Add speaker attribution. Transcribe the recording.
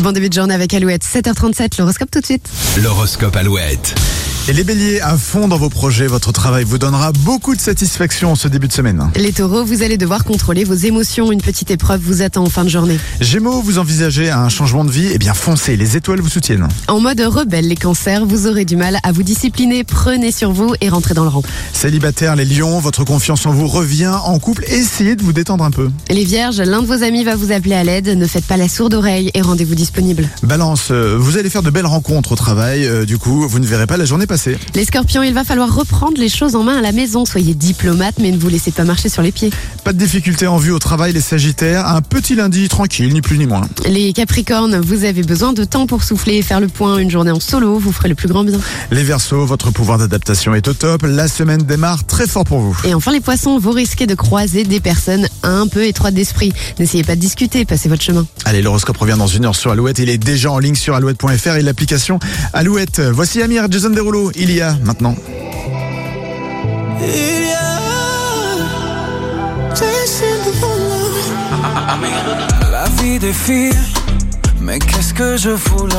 Speaker 1: Bon début de journée avec Alouette, 7h37, l'horoscope tout de suite.
Speaker 2: L'horoscope Alouette.
Speaker 3: Et les béliers, à fond dans vos projets, votre travail vous donnera beaucoup de satisfaction ce début de semaine.
Speaker 1: Les taureaux, vous allez devoir contrôler vos émotions. Une petite épreuve vous attend en fin de journée.
Speaker 3: Gémeaux, vous envisagez un changement de vie Eh bien foncez, les étoiles vous soutiennent.
Speaker 1: En mode rebelle, les cancers, vous aurez du mal à vous discipliner. Prenez sur vous et rentrez dans le rang.
Speaker 3: Célibataires, les lions, votre confiance en vous revient. En couple, essayez de vous détendre un peu.
Speaker 1: Les vierges, l'un de vos amis va vous appeler à l'aide. Ne faites pas la sourde oreille et rendez-vous disponible.
Speaker 3: Balance, euh, vous allez faire de belles rencontres au travail, euh, du coup, vous ne verrez pas la journée passer.
Speaker 1: Les scorpions, il va falloir reprendre les choses en main à la maison. Soyez diplomate, mais ne vous laissez pas marcher sur les pieds.
Speaker 3: Pas de difficultés en vue au travail, les sagittaires, un petit lundi tranquille, ni plus ni moins.
Speaker 1: Les capricornes, vous avez besoin de temps pour souffler et faire le point. Une journée en solo vous ferait le plus grand bien.
Speaker 3: Les versos, votre pouvoir d'adaptation est au top, la semaine démarre très fort pour vous.
Speaker 1: Et enfin les poissons, vous risquez de croiser des personnes un peu étroites d'esprit. N'essayez pas de discuter, passez votre chemin.
Speaker 3: Allez, l'horoscope revient dans une heure sur Alouette, il est déjà en ligne sur alouette.fr et l'application Alouette. Voici Amir, Jason Derulo, il y a maintenant.
Speaker 4: Il y a chasing the moonlight. La vie défile, mais qu'est-ce que je fous là